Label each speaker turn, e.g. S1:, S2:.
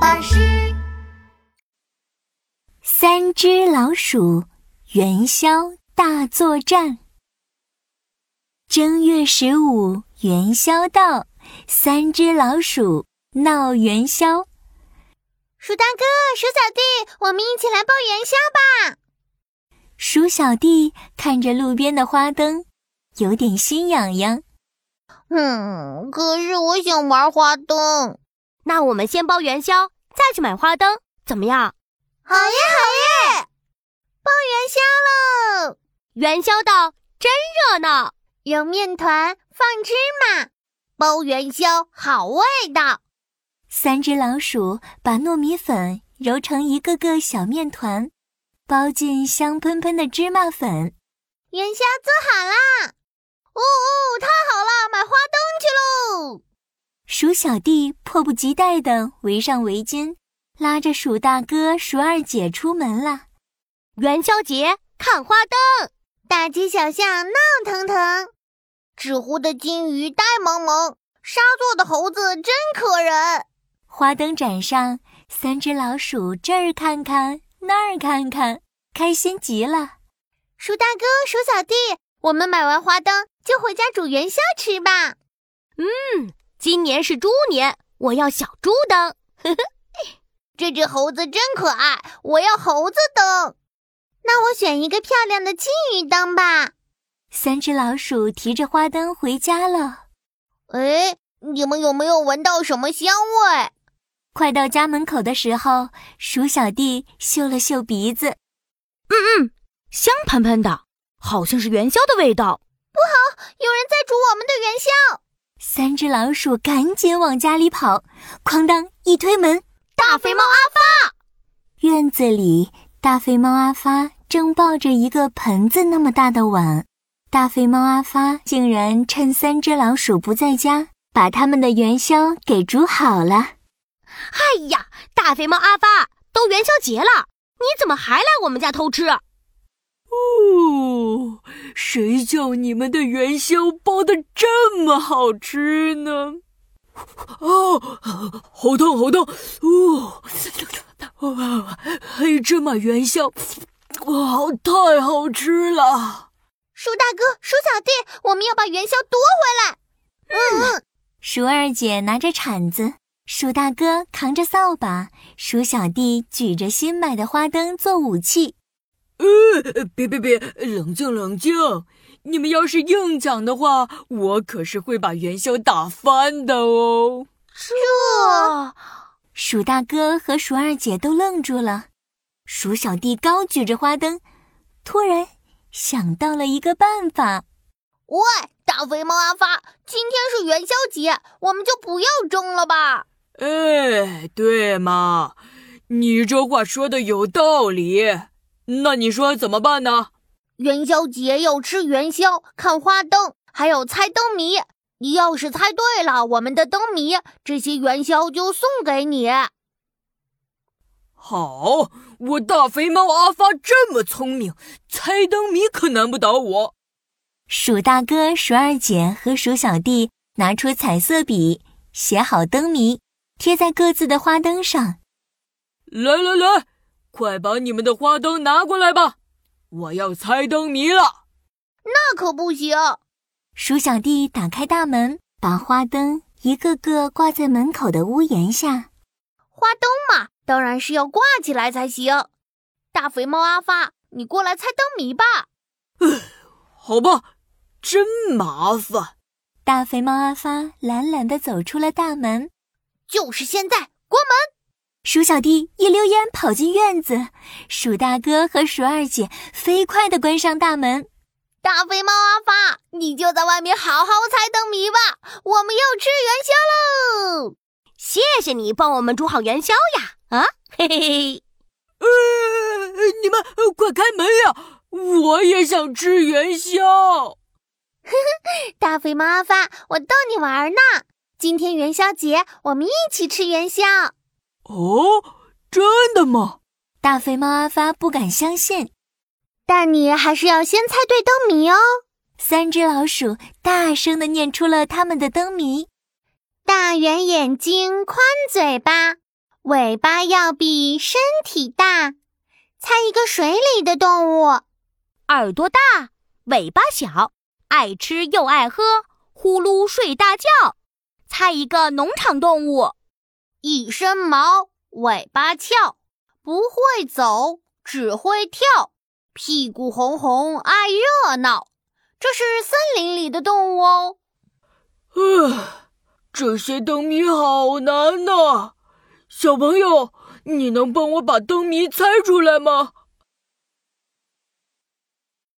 S1: 巴士。
S2: 三只老鼠元宵大作战。正月十五元宵到，三只老鼠闹元宵。
S1: 鼠大哥、鼠小弟，我们一起来包元宵吧！
S2: 鼠小弟看着路边的花灯，有点心痒痒。
S3: 嗯，可是我想玩花灯。
S4: 那我们先包元宵，再去买花灯，怎么样？
S1: 好耶，好耶！
S3: 包元宵喽！
S4: 元宵到，真热闹。
S1: 揉面团，放芝麻，
S3: 包元宵好味道。
S2: 三只老鼠把糯米粉揉成一个个小面团，包进香喷喷的芝麻粉。
S1: 元宵做好啦！哦哦，太好了，买花灯去喽！
S2: 鼠小弟迫不及待地围上围巾，拉着鼠大哥、鼠二姐出门啦。
S4: 元宵节看花灯，
S1: 大街小巷闹腾腾，
S3: 纸糊的金鱼呆萌萌，沙做的猴子真可人。
S2: 花灯展上，三只老鼠这儿看看那儿看看，开心极了。
S1: 鼠大哥、鼠小弟，我们买完花灯就回家煮元宵吃吧。
S4: 嗯。今年是猪年，我要小猪灯。
S3: 这只猴子真可爱，我要猴子灯。
S1: 那我选一个漂亮的金鱼灯吧。
S2: 三只老鼠提着花灯回家了。
S3: 哎，你们有没有闻到什么香味？
S2: 快到家门口的时候，鼠小弟嗅了嗅鼻子，
S4: 嗯嗯，香喷喷的，好像是元宵的味道。
S1: 不好，有人在煮我们的元宵！
S2: 三只老鼠赶紧往家里跑，哐当一推门，
S4: 大肥猫阿发。
S2: 院子里，大肥猫阿发正抱着一个盆子那么大的碗。大肥猫阿发竟然趁三只老鼠不在家，把他们的元宵给煮好了。
S4: 哎呀，大肥猫阿发，都元宵节了，你怎么还来我们家偷吃？
S5: 哦，谁叫你们的元宵包的这么好吃呢？哦，好烫好烫！哦，哦黑芝麻元宵，哇、哦，太好吃了！
S1: 鼠大哥、鼠小弟，我们要把元宵夺回来。
S2: 嗯嗯，鼠二姐拿着铲子，鼠大哥扛着扫把，鼠小弟举着新买的花灯做武器。
S5: 呃，别别别，冷静冷静！你们要是硬抢的话，我可是会把元宵打翻的哦。
S1: 这，
S2: 鼠大哥和鼠二姐都愣住了。鼠小弟高举着花灯，突然想到了一个办法。
S3: 喂，大肥猫阿发，今天是元宵节，我们就不要争了吧？
S5: 哎，对嘛，你这话说的有道理。那你说怎么办呢？
S3: 元宵节要吃元宵，看花灯，还有猜灯谜。你要是猜对了我们的灯谜，这些元宵就送给你。
S5: 好，我大肥猫阿发这么聪明，猜灯谜可难不倒我。
S2: 鼠大哥、鼠二姐和鼠小弟拿出彩色笔，写好灯谜，贴在各自的花灯上。
S5: 来来来！快把你们的花灯拿过来吧！我要猜灯谜了。
S3: 那可不行！
S2: 鼠小弟打开大门，把花灯一个个挂在门口的屋檐下。
S3: 花灯嘛，当然是要挂起来才行。大肥猫阿发，你过来猜灯谜吧。
S5: 好吧，真麻烦。
S2: 大肥猫阿发懒懒地走出了大门。
S3: 就是现在，关门！
S2: 鼠小弟一溜烟跑进院子，鼠大哥和鼠二姐飞快地关上大门。
S3: 大肥猫阿发，你就在外面好好猜灯谜吧，我们要吃元宵喽！
S4: 谢谢你帮我们煮好元宵呀！ 啊，嘿嘿嘿！
S5: 呃，你们呃快开门呀！我也想吃元宵。呵
S1: 呵，大肥猫阿发，我逗你玩呢。今天元宵节，我们一起吃元宵。
S5: 哦，真的吗？
S2: 大肥猫阿发不敢相信，
S1: 但你还是要先猜对灯谜哦。
S2: 三只老鼠大声的念出了他们的灯谜：
S1: 大圆眼睛，宽嘴巴，
S6: 尾巴要比身体大。猜一个水里的动物。
S2: 耳朵大，尾巴小，爱吃又爱喝，呼噜睡大觉。猜一个农场动物。
S3: 一身毛，尾巴翘，不会走，只会跳，屁股红红，爱热闹。这是森林里的动物哦。
S7: 唉，这些灯谜好
S5: 哦
S7: 难呐、小朋友，你能帮我把灯谜猜出来吗？